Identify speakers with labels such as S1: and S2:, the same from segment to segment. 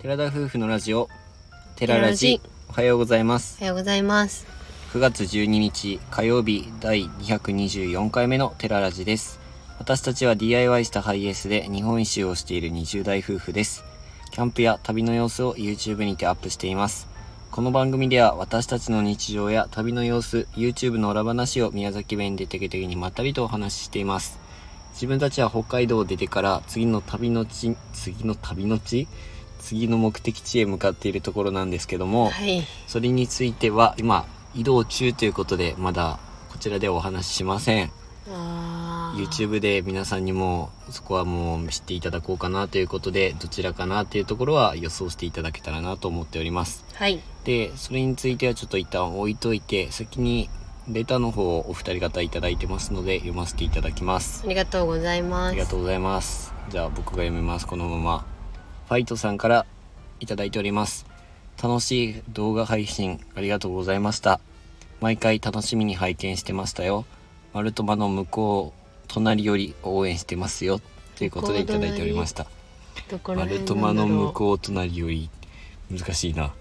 S1: 寺田夫婦のラジオ寺ラジおはようございます
S2: おはようございます。
S1: 9月12日火曜日第224回目の寺ラジです私たちは DIY したハイエースで日本一周をしている20代夫婦ですキャンプや旅の様子を YouTube にてアップしていますこの番組では私たちの日常や旅の様子 YouTube の裏話を宮崎弁でテケテケにまったりとお話ししています自分たちは北海道を出てから次の旅の地次の旅の地次の目的地へ向かっているところなんですけども、
S2: はい。
S1: それについては今移動中ということでまだこちらではお話ししません
S2: あー
S1: YouTube で皆さんにもそこはもう知っていただこうかなということでどちらかなというところは予想していただけたらなと思っております
S2: はい。
S1: でそれについてはちょっと一旦置いといて先にレターの方をお二人方いただいてますので読ませていただきます
S2: ありがとうございます。
S1: ありがとうございます。じゃあ僕が読みます。このまま。ファイトさんからいただいております。楽しい動画配信ありがとうございました。毎回楽しみに拝見してましたよ。丸とまの向こう、隣より応援してますよ。ということでいただいておりました。
S2: どこら辺
S1: 丸
S2: なんだ
S1: と
S2: ろ
S1: ま
S2: う
S1: の向こう、隣より。難しいな。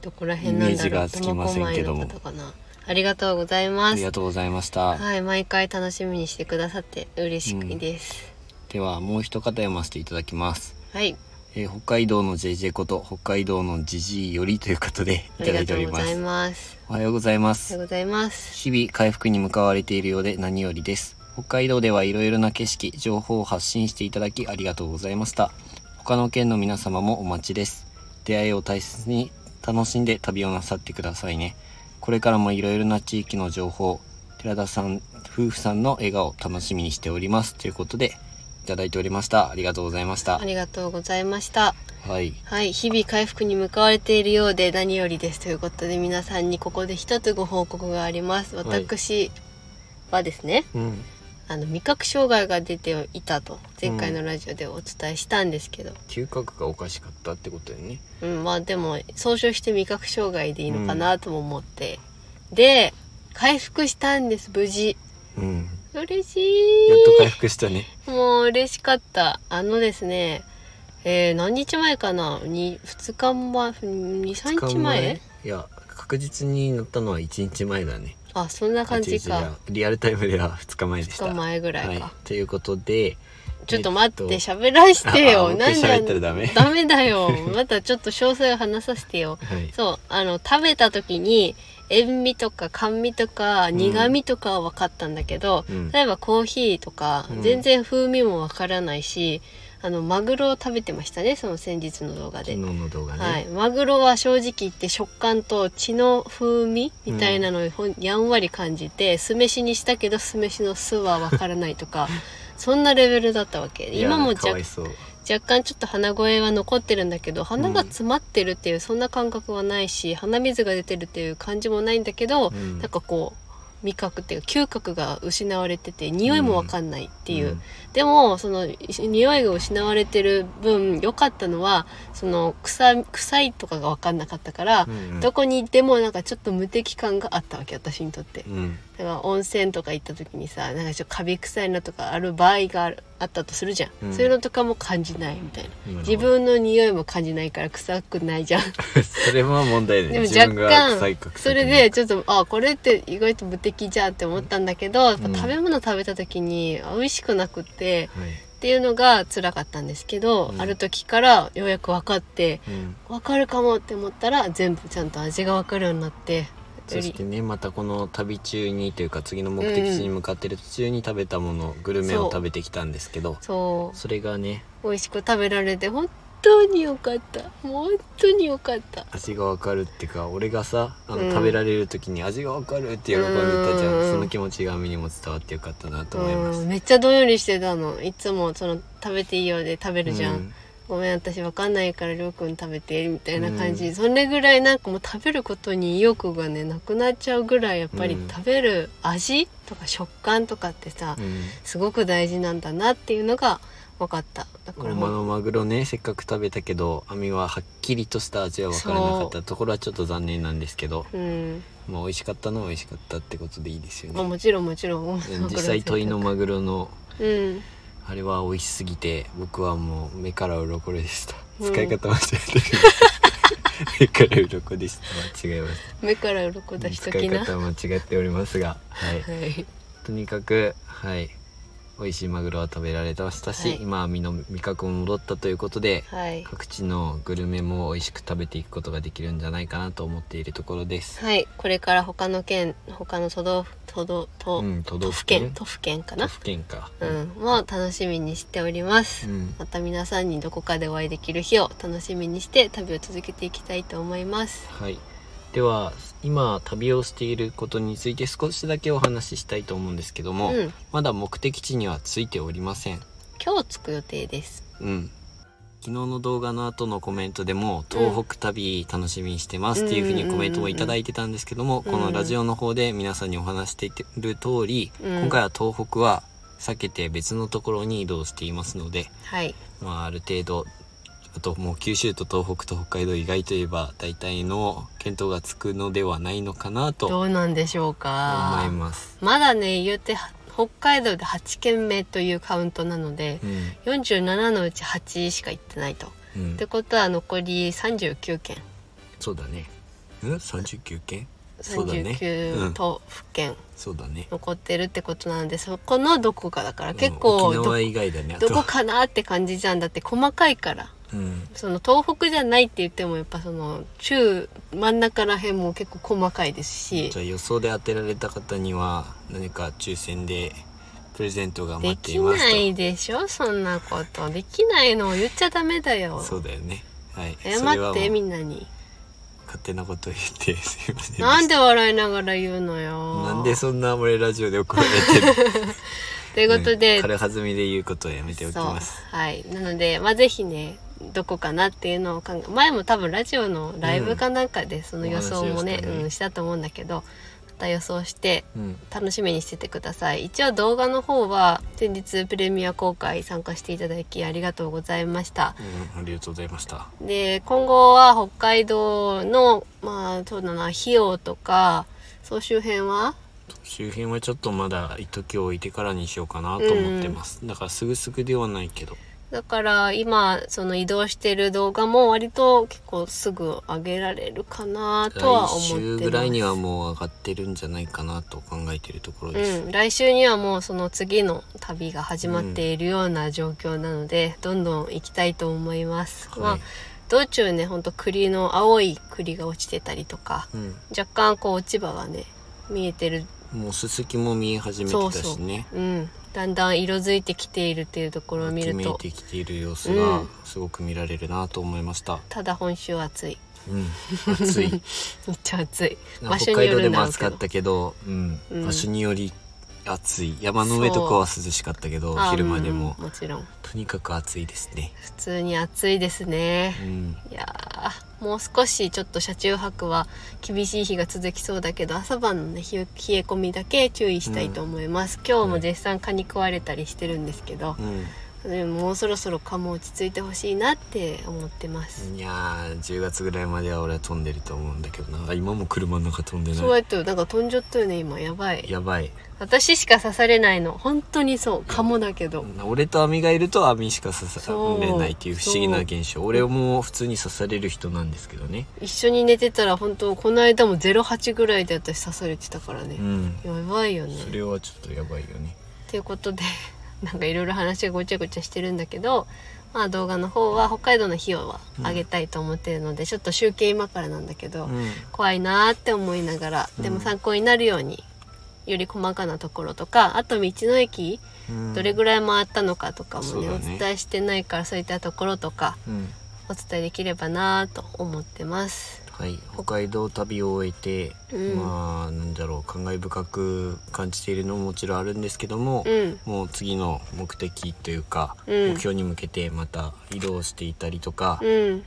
S2: どこら辺なんだろう
S1: イメージがつきませんけども
S2: 苫小牧の方かなありがとうございま
S1: あり
S2: す
S1: が。とうございました。
S2: はい、毎回楽しみにしてくださって嬉しいです。
S1: ではもう一方読ませていただきます。
S2: はい、
S1: えー北海道の JJ こと北海道のジジイよりということで
S2: あ
S1: いた
S2: り
S1: だ
S2: が
S1: いて
S2: と
S1: お
S2: う
S1: り
S2: ご
S1: ま
S2: ざい
S1: す。
S2: ます。
S1: おはようございま
S2: おはよ
S1: す
S2: うございます。
S1: 日々回復に向かわれているようで何よりです北海道ではいろいろな景色情報を発信していただきありがとうございました他の県の皆様もお待ちです出会いを大切に楽しんで旅をなさってくださいねこれからもいろいろな地域の情報寺田さん夫婦さんの笑顔楽しみにしておりますということでいただいておりましたありがとうございました
S2: ありがとうございました。
S1: はい
S2: はい、日々回復に向かわれているようで何よりですということで皆さんにここで一つご報告があります。
S1: はい
S2: 私はですね、
S1: うん
S2: あの味覚障害が出ていたと前回のラジオでお伝えしたんですけど、
S1: 嗅覚がおかしかったってことだよね
S2: うんまあでも総称して味覚障害でいいのかなとも思って、で回復したんです無事
S1: うん
S2: 嬉し
S1: やっと回
S2: い
S1: 復したね
S2: もう嬉しかったあのですねえー、何日前かなに2日前23日前
S1: いや確実に乗ったのは1日前だね
S2: あそんな感じ
S1: 1日
S2: か
S1: はリアルタイムでは2日前でし
S2: 2
S1: た
S2: 日前ぐらいか、
S1: はい、ということで
S2: ちょっと待って
S1: えっ
S2: 喋、らせて
S1: ああ
S2: よ
S1: 僕
S2: なんで
S1: 喋ったらダメ
S2: ダメだよまたちょっと詳細を話させてよ
S1: とはい
S2: そうあの食べた時に塩味とか甘味とか
S1: ん
S2: 苦味とかは分かったんだけど、
S1: うん
S2: 例えばコーヒーとか、
S1: うん
S2: 全然風味も分からないしあのマグロを食べてましたねその先日の動画
S1: 昨
S2: で
S1: 日。の動画ね、
S2: はい、マグロは正直言って食感と血の風味みたいなのをほんやんわり感じて酢飯にしたけど酢飯の酢は分からないとか そんなレベルだったわけ
S1: いや
S2: 今も
S1: か
S2: 若
S1: わいそう
S2: 若干ちょっと鼻声は残ってるんだけど鼻が詰まってるっていうそんな感覚はないし、鼻水が出てるっていう感じもないんだけど、
S1: うん
S2: なんかこう味覚っていうか嗅覚が失われてて匂いもわかんないってい
S1: う
S2: う、
S1: ん
S2: でもその匂いが失われてる分良かったのはその臭臭いとかがわかんなかったから、
S1: うんうん
S2: どこに行ってもなんかちょっと無敵感があったわけ私にとって。
S1: うん
S2: だから温泉とか行った時にさなんかちょっとカビ臭いなとかある場合があるあったとするじゃん、
S1: うん
S2: そういうのとかも感じないみたいな
S1: なるほど
S2: 自分の匂いも感じないから臭くないじゃん
S1: それは問題だ
S2: で
S1: よ
S2: も
S1: ね
S2: 若
S1: 自分が臭いか
S2: 干
S1: 臭
S2: そ
S1: くな
S2: れ
S1: い
S2: でちょっとあこれって意外と無敵じゃんって思ったんだけど、やっぱ
S1: うん
S2: 食べ物食べた時にあ美味しくなくって
S1: はい
S2: っていうのが辛かったんですけど、
S1: うん
S2: ある時からようやく分かって
S1: うん
S2: 分かるかもって思ったら全部ちゃんと味が分かるようになって
S1: そしてねまたこの旅中にというか次の目的地に向かってる途中に食べたもの、グルメを食べてきたんですけど
S2: そう
S1: それがね
S2: 美味しく食べられて本当に良かったもう本当に良かった
S1: 味がわかるってか俺がさあの、
S2: うん
S1: 食べられる時に味がわかるって喜んでたじゃん、
S2: うん
S1: その気持ちがみにも伝わってよかったなと思います
S2: うんめっちゃどんよりしてたのいつもその食べていいようで食べるじゃん、
S1: うん
S2: ごめん私わかんないからりょうくん食べてみたいな感じ、
S1: うん
S2: それぐらいなんかもう食べることに意欲がねなくなっちゃうぐらいやっぱり
S1: うん
S2: 食べる味とか食感とかってさ、
S1: うん
S2: すごく大事なんだなっていうのが分かっただから
S1: 大
S2: も
S1: 間
S2: う
S1: のマグロねせっかく食べたけど網ははっきりとした味は分からなかったところはちょっと残念なんですけど、
S2: うん、
S1: まあ、美味しかったのは美味しかったってことでいいですよ
S2: まあ、
S1: ね
S2: もちろんもちろん
S1: うん実際問いのマグロの
S2: うん
S1: あれは美味しすぎて僕はもう目から鱗でした、
S2: うん
S1: 使い方間違えてる 目から鱗でした間違えまし
S2: 目から鱗出した
S1: 使
S2: き
S1: い
S2: なは
S1: 方間違っておりますがはい
S2: い
S1: とにかくはい美味しいマグロは食べられましたし、
S2: はい
S1: 今は身の味覚も戻ったということで
S2: はい、
S1: 各地のグルメも美味しく食べていくことができるんじゃないかなと思っているところです。
S2: はい、これから他の県他の都道府都道都、
S1: うん、都
S2: 都
S1: 道
S2: 府
S1: 府
S2: 県
S1: 県
S2: 都府県かな
S1: 都府県か。
S2: うん、も楽しみにしております、
S1: うん
S2: また皆さんにどこかでお会いできる日を楽しみにして旅を続けていきたいと思います
S1: はい。では今旅をしていることについて少しだけお話ししたいと思うんですけど
S2: う
S1: も、
S2: ん、
S1: まだ目的地にはついておりません。
S2: 今日着く予定です
S1: うん。昨日の動画の後のコメントでも東北旅楽しみにしてますっていうふうにコメントをいただいてたんですけども、
S2: うん
S1: このラジオの方で皆さんにお話している通り、
S2: うん
S1: 今回は東北は避けて別のところに移動していますので、
S2: はい
S1: まあ、ある程度あともう九州と東北と北海道以外といえば大体の検討がつくのではないのかなと
S2: ど
S1: 思
S2: うなんでしょうか
S1: います。
S2: まだね言うては北海道で8県目というカウントなので
S1: うん
S2: 47のうち8しか行ってないと。
S1: うん
S2: って、ことは残り39県
S1: そうだね。うん39件そうだねう
S2: 39
S1: ん
S2: 都府県
S1: そうだね。
S2: 残ってるってことなのでそこのどこかだから結構
S1: うん沖
S2: ど
S1: 縄以外だね。あと
S2: どこかなって感じじゃんだって細かいから
S1: うん、
S2: その東北じゃないって言ってもやっぱその中真ん中ら辺も結構細かいですし
S1: じゃあ予想で当てられた方には何か抽選でプレゼントが待
S2: で
S1: ってい
S2: き
S1: ますと
S2: ないでしょそんなことできないのを言っちゃダメだよ
S1: そうだよねはいそれ
S2: 謝
S1: はも
S2: ってみ
S1: うん
S2: なに
S1: 勝手なことを言ってすいませんでした
S2: なんで笑いながら言うのよ
S1: なんでそんな俺ラジオで怒られてる
S2: ということで、
S1: うん軽はずみで言うことをやめておきます
S2: そうはいなのでまあぜひねどこかなっていうのを考え前も多分ラジオのライブかなんかでその予想もね,、
S1: お話をし
S2: う
S1: たね
S2: ん、したと思うんだけどまた予想して
S1: うん
S2: 楽しみにしててください一応動画の方は先日プレミア公開参加していただきありがとうございました
S1: うんありがとうございました
S2: で今後は北海道のまあそうだな費用とか総集編は
S1: 周辺はちょっとまだ一時置いてからにしようかなと思ってます、だからすぐすぐではないけど
S2: だから今その移動してる動画も割と結構すぐ上げられるかなと
S1: 来
S2: は思ってます
S1: 週ぐらいにはもう上がってるんじゃないかなと考えてるところです、
S2: うん、来週にはもうその次の旅が始まっているような状況なので、どんどん行きたいと思います、まあ
S1: はい
S2: 道中ねほんと栗の青い栗が落ちてたりとか
S1: うん
S2: 若干こう落ち葉がね見えてる
S1: もうすすきも見え始めてたしね
S2: うんだんだん色づいてきているっていうところを見る
S1: めい
S2: と
S1: てきている様子
S2: う
S1: が
S2: ん
S1: すごく見られるなと思いました、
S2: ただ本州は暑い
S1: うん、暑 い
S2: めっちゃ暑い場
S1: 北
S2: 所に
S1: 海
S2: よ
S1: 道
S2: る
S1: で
S2: んだ
S1: も
S2: ろう
S1: 暑
S2: け
S1: かっ
S2: ど
S1: たけど、うん
S2: うん
S1: 場所により暑い山の上とかは涼しかったけど
S2: あ
S1: 昼間でも
S2: うんもちろん
S1: とにかく暑いですね、
S2: 普通に暑いですね
S1: うん、
S2: いやーもう少しちょっと車中泊は厳しい日が続きそうだけど朝晩のね冷え冷え込みだけ注意したいと思います、今日も絶賛蚊に食われたりしてるんですけど、
S1: う
S2: でももうそろそろ蚊も落ち着いてほしいなって思ってます、
S1: ん、いやー10月ぐらいまでは俺は飛んでると思うんだけどなあ今も車の中飛んで
S2: そう
S1: な
S2: や
S1: い
S2: ってなんか飛んじゃったよね今やばい
S1: やばい
S2: 私しか刺されないの本当にそう蚊もだけど、
S1: 俺と網がいると網しか刺さ
S2: そう
S1: れないっていう不思議な現象俺も普通に刺される人なんですけどね
S2: 一緒に寝てたら本当この間も08ぐらいで私刺されてたからね
S1: う、ん
S2: やばいよね
S1: それはちょっとやばいよね
S2: ということで なんかいろいろ話がごちゃごちゃしてるんだけど、まあ、動画の方は北海道の費用は上げたいと思ってるので、ちょっと集計今からなんだけど、
S1: うん
S2: 怖いなーって思いながらでも参考になるようにより細かなところとかあと道の駅
S1: うん
S2: どれぐらい回ったのかとかも
S1: そう
S2: ね,、
S1: だ
S2: お
S1: ね
S2: 伝えしてないからそういったところとか
S1: うん
S2: お伝えできればなーと思ってます。
S1: はい、北海道旅を終えて、
S2: うん
S1: まあなんだろう感慨深く感じているのももちろんあるんですけども
S2: う、ん
S1: もう次の目的というか、
S2: うん
S1: 目標に向けてまた移動していたりとか、
S2: うん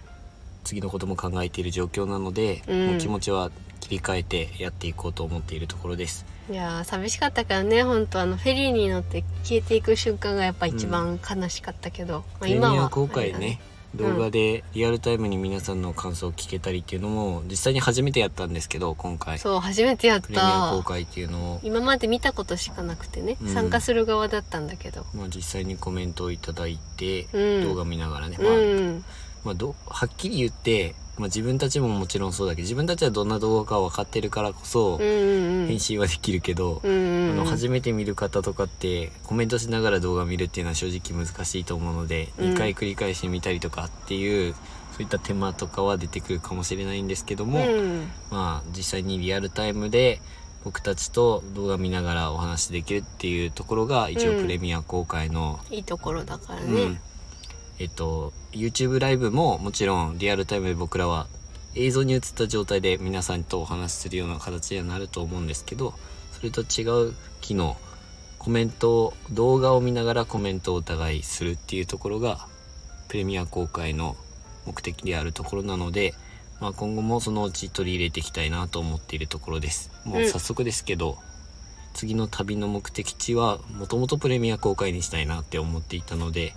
S1: 次のことも考えている状況なので、
S2: うん
S1: もう気持ちは切り替えてやっていこうと思っているところです。
S2: いやー寂しかったからね本当あのフェリーに乗って消えていく瞬間がやっぱ一番悲しかったけど、まあ
S1: プレミア
S2: は
S1: 公開ね、動画でリアルタイムに皆さんの感想を聞けたりっていうのも実際に初めてやったんですけど今回
S2: そう初めてやっ
S1: プレミア
S2: た
S1: 公開っていうのを、
S2: 今まで見たことしかなくてね、
S1: うん
S2: 参加する側だったんだけど
S1: まあ、実際にコメントをいただいて、
S2: うん
S1: 動画見ながらね、まあ
S2: うん
S1: まあ、どはっきり言って、まあ、自分たちももちろんそうだけど自分たちはどんな動画か分かってるからこそ
S2: うんうん
S1: 編集はできるけど、
S2: うんうん
S1: あ
S2: う
S1: の
S2: ん
S1: 初めて見る方とかってコメントしながら動画見るっていうのは正直難しいと思うので、
S2: うん
S1: 2回繰り返してみたりとかっていうそういった手間とかは出てくるかもしれないんですけども、
S2: うん
S1: まあ実際にリアルタイムで僕たちと動画見ながらお話できるっていうところが一応
S2: うん
S1: プレミア公開の、
S2: いいところだから
S1: うん
S2: ね
S1: えっと YouTube ライブももちろんリアルタイムで僕らは映像に映った状態で皆さんとお話しするような形にはなると思うんですけどそれと違う機能コメントを動画を見ながらコメントをお互いするっていうところがプレミア公開の目的であるところなので、まあ、今後もそのうち取り入れていきたいなと思っているところですもう早速ですけど、次の旅の目的地はもともとプレミア公開にしたいなって思っていたので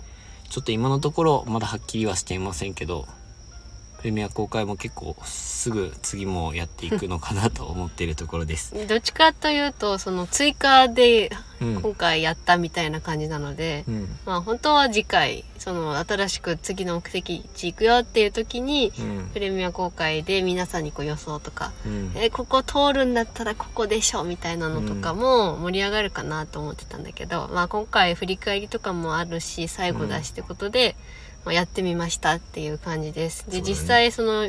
S1: ちょっと今のところまだはっきりはしていませんけどプレミア公開も結構すぐ次もやっていくのかなと思っているところです。
S2: どっちかというとその追加で
S1: うん
S2: 今回やったみたいな感じなので、
S1: うん
S2: まあ本当は次回その新しく次の目的地行くよっていう時に
S1: うん
S2: プレミア公開で皆さんにこう予想とか、
S1: うん
S2: えここ通るんだったらここでしょみたいなのとかも盛り上がるかなと思ってたんだけど、まあ今回振り返りとかもあるし最後だしってことで、まあやってみましたっていう感じです。で、
S1: そうだね
S2: 実際その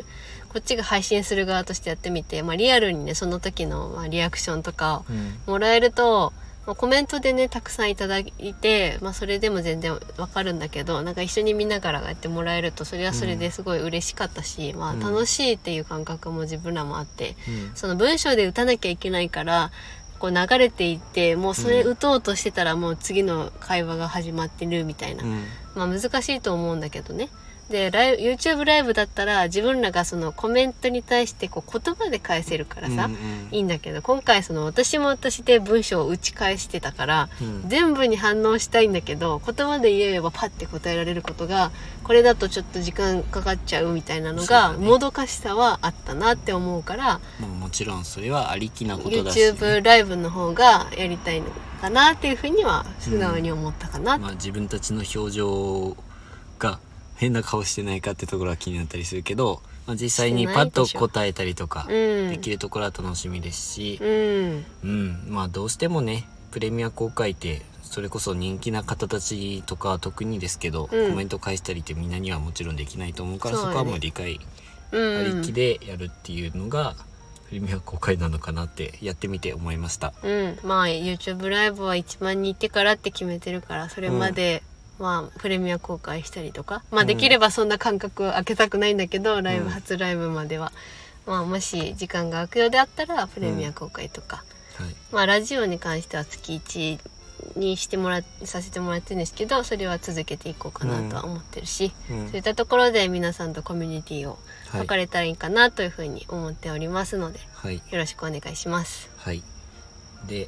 S2: こっちが配信する側としてやってみて、まあリアルにねその時のまあリアクションとか
S1: うん
S2: もらえると、まあ、コメントでねたくさんいただいて、まあ、それでも全然わかるんだけどなんか一緒に見ながらやってもらえるとそれはそれですごい嬉しかったし、まあ、
S1: うん
S2: 楽しいっていう感覚も自分らもあって
S1: うん
S2: その文章で打たなきゃいけないからこう流れていってもうそれ
S1: うん
S2: 打とうとしてたらもう次の会話が始まってるみたいな
S1: うん
S2: まあ、難しいと思うんだけどねでライブ YouTube ライブだったら自分らがそのコメントに対してこう言葉で返せるからさ、
S1: うんうん
S2: いいんだけど今回その私も私で文章を打ち返してたから
S1: うん
S2: 全部に反応したいんだけど言葉で言えばパッて答えられることがこれだとちょっと時間かかっちゃうみたいなの
S1: そう
S2: が、
S1: だね
S2: もどかしさはあったなって思うから、
S1: もうもちろんそれはありきなことだし、
S2: YouTube ライブの方がやりたいのかなっていうふうには素直に思ったかな、
S1: まあ、自分たちの表情が変な顔してないかってところは気になったりするけど、まあ、実際にパッと答えたりとか
S2: うん
S1: できるところは楽しみですし、
S2: うん
S1: うんまあどうしてもねプレミア公開ってそれこそ人気な方たちとかは特にですけど、
S2: うん
S1: コメント返したりってみんなにはもちろんできないと思うから
S2: そう
S1: そ,、
S2: だね
S1: こはもう理解
S2: うん
S1: ありきでやるっていうのが、プレミア公開なのかなってやってみて思いました。
S2: うん、まあ YouTube ライブは1万人いってからって決めてるからそれまで、まあプレミア公開したりとかまあできればそんな間隔を空けたくないんだけど、ライ
S1: う
S2: ブ
S1: ん
S2: 初ライブまでは、まあもし時間が空くようであったらプレミア公開とか、
S1: はい
S2: まあラジオに関しては月1にしてもらさせてもらってるんですけどそれは続けていこうかなとは思ってるし、
S1: うん
S2: そういったところで皆さんとコミュニティを
S1: は
S2: 分
S1: い
S2: かれたらいいかなというふうに思っておりますので、
S1: はい
S2: よろしくお願いします。
S1: はい。で、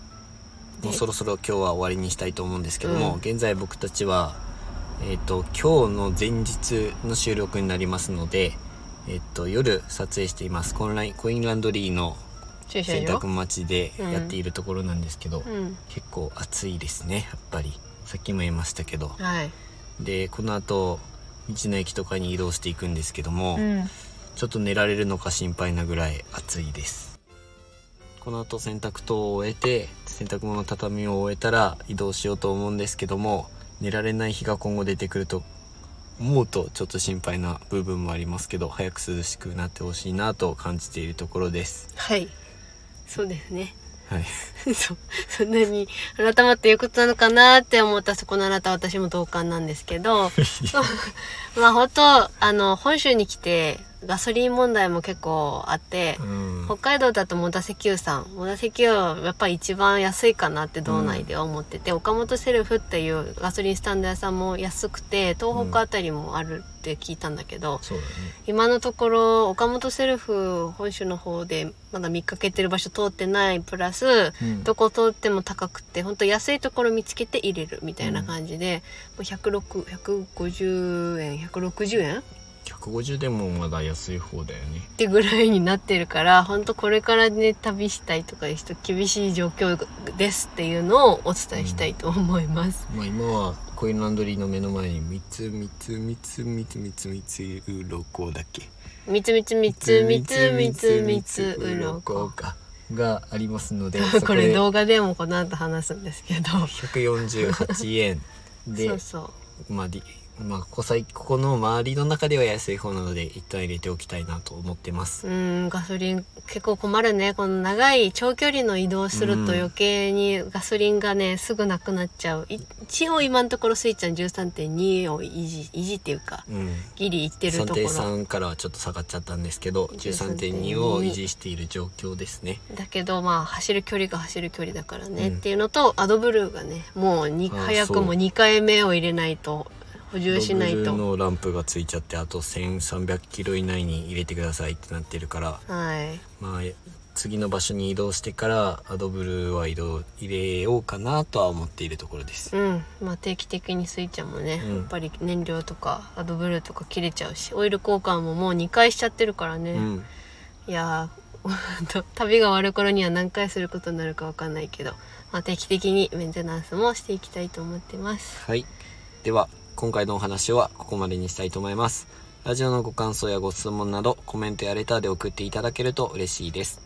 S2: で
S1: もうそろそろ今日は終わりにしたいと思うんですけども、
S2: うん
S1: 現在僕たちは、えっ、と、今日の前日の収録になりますので、えっ、と、夜撮影しています。コンライン、コインランドリーの
S2: 駐車
S1: 洗
S2: 場
S1: 濯待ちでやっているところなんですけど、
S2: うん
S1: 結構暑いですね、やっぱり。さっきも言いましたけど。
S2: はい
S1: で、この後、道の駅とかに移動していくんですけども、
S2: うん
S1: ちょっと寝られるのか心配なぐらい暑いですこの後洗濯等を終えて洗濯物畳を終えたら移動しようと思うんですけども寝られない日が今後出てくると思うとちょっと心配な部分もありますけど早く涼しくなってほしいなと感じているところです
S2: はい。そうですね。
S1: はい
S2: そ、そんなに改まっていうことなのかなって思ったそこのあなた私も同感なんですけど、まあ本当あの本州に来てガソリン問題も結構あって、
S1: うん
S2: 北海道だとモダ石油さんモダ石油はやっぱり一番安いかなって道内では思ってて、岡本セルフっていうガソリンスタンド屋さんも安くて東北あたりもあるって聞いたんだけど、
S1: そうだね
S2: 今のところ岡本セルフ本州の方でまだ見かけてる場所通ってないプラス、
S1: うん
S2: どこ通っても高くて本当安いところ見つけて入れるみたいな感じで、もう106150円160円っ
S1: 150でもまだ安い方だよね
S2: てぐらいになってるから本当これからね旅したいとかいう人厳しい状況ですっていうのをお伝えしたいと思います。
S1: まあ今はコインランドリーの目の前に三つ三つ三つ三つ三つ三つうろこだっけ
S2: みつみつみつみつみつみつうろこ。
S1: かがありますのでそ
S2: これ
S1: で
S2: 動画でもこの後話すんですけど。
S1: 148円で
S2: そうそう。
S1: まありまあ、こさいここの周りの中では安い方なので一旦入れておきたいなと思ってます
S2: う、ーんガソリン結構困るねこの長い長距離の移動する
S1: うん
S2: と余計にガソリンがねすぐなくなっちゃうい一応今のところスイちゃん13.2を維持維持っていうか
S1: うん、
S2: ギリいってるところ
S1: 3.3からはちょっと下がっちゃったんですけど13.2を維持している状況ですね
S2: だけどまあ走る距離が走る距離だからね、
S1: うん
S2: っていうのとアドブルーがねもうに
S1: あー
S2: 早
S1: そ
S2: く
S1: う
S2: も2回目を入れないと補充しない
S1: ドブル
S2: と。
S1: のランプがついちゃってあと1300キロ以内に入れてくださいってなってるから
S2: はい、
S1: まあ次の場所に移動してからアドブルーは移動入れようかなとは思っているところです、
S2: うんまあ、定期的にスイちゃんもね、
S1: うん
S2: やっぱり燃料とかアドブルーとか切れちゃうしオイル交換ももう2回しちゃってるからね、
S1: うん、
S2: いやー ほんと旅が終わる頃には何回することになるかわかんないけど、まあ、定期的にメンテナンスもしていきたいと思ってます。
S1: はい。では、今回のお話はここまでにしたいと思います。ラジオのご感想やご質問など、コメントやレターで送っていただけると嬉しいです。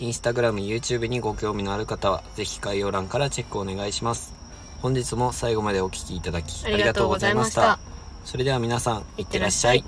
S1: インスタグラム、YouTube にご興味のある方は、ぜひ概要欄からチェックお願いします。本日も最後までお聴きいただき、
S2: ありがとうございました。
S1: それでは皆さん、いってらっしゃい